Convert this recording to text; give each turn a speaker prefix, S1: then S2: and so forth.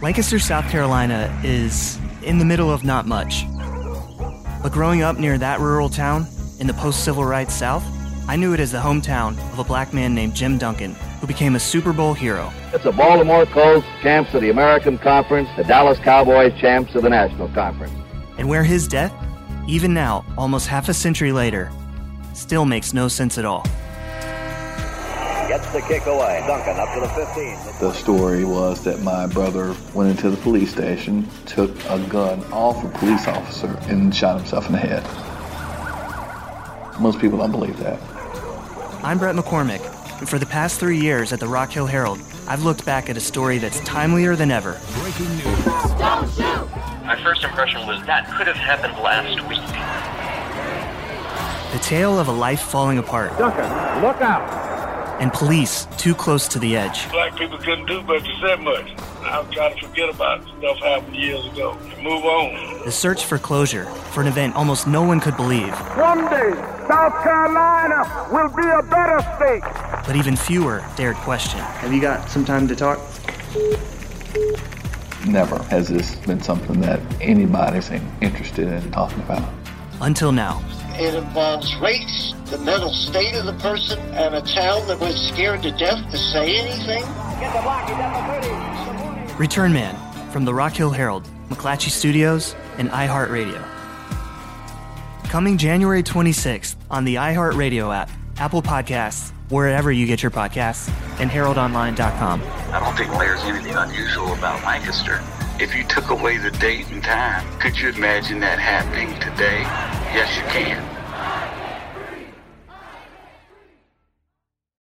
S1: Lancaster, South Carolina is in the middle of not much. But growing up near that rural town, in the post civil rights South, I knew it as the hometown of a black man named Jim Duncan, who became a Super Bowl hero.
S2: It's the Baltimore Colts champs of the American Conference, the Dallas Cowboys champs of the National Conference.
S1: And where his death, even now, almost half a century later, still makes no sense at all.
S2: Gets the kick away. Duncan up to the 15.
S3: The story was that my brother went into the police station, took a gun off a police officer, and shot himself in the head. Most people don't believe that.
S1: I'm Brett McCormick, and for the past three years at the Rock Hill Herald, I've looked back at a story that's timelier than ever.
S4: Breaking news. Don't shoot!
S5: My first impression was that could have happened last week.
S1: The tale of a life falling apart.
S6: Duncan, look out!
S1: and police too close to the edge.
S7: Black people couldn't do much to say much. I've got to forget about stuff happened years ago and move on.
S1: The search for closure for an event almost no one could believe.
S8: One day, South Carolina will be a better state.
S1: But even fewer dared question.
S9: Have you got some time to talk?
S3: Never has this been something that anybody's interested in talking about.
S1: Until now.
S10: It involves race, the mental state of the person, and a town that was scared to death to say anything.
S1: Block, Return Man from the Rock Hill Herald, McClatchy Studios, and iHeartRadio. Coming January 26th on the iHeartRadio app, Apple Podcasts, wherever you get your podcasts, and heraldonline.com.
S11: I don't think there's anything unusual about Lancaster. If you took away the date and time, could you imagine that happening today? Yes, you can.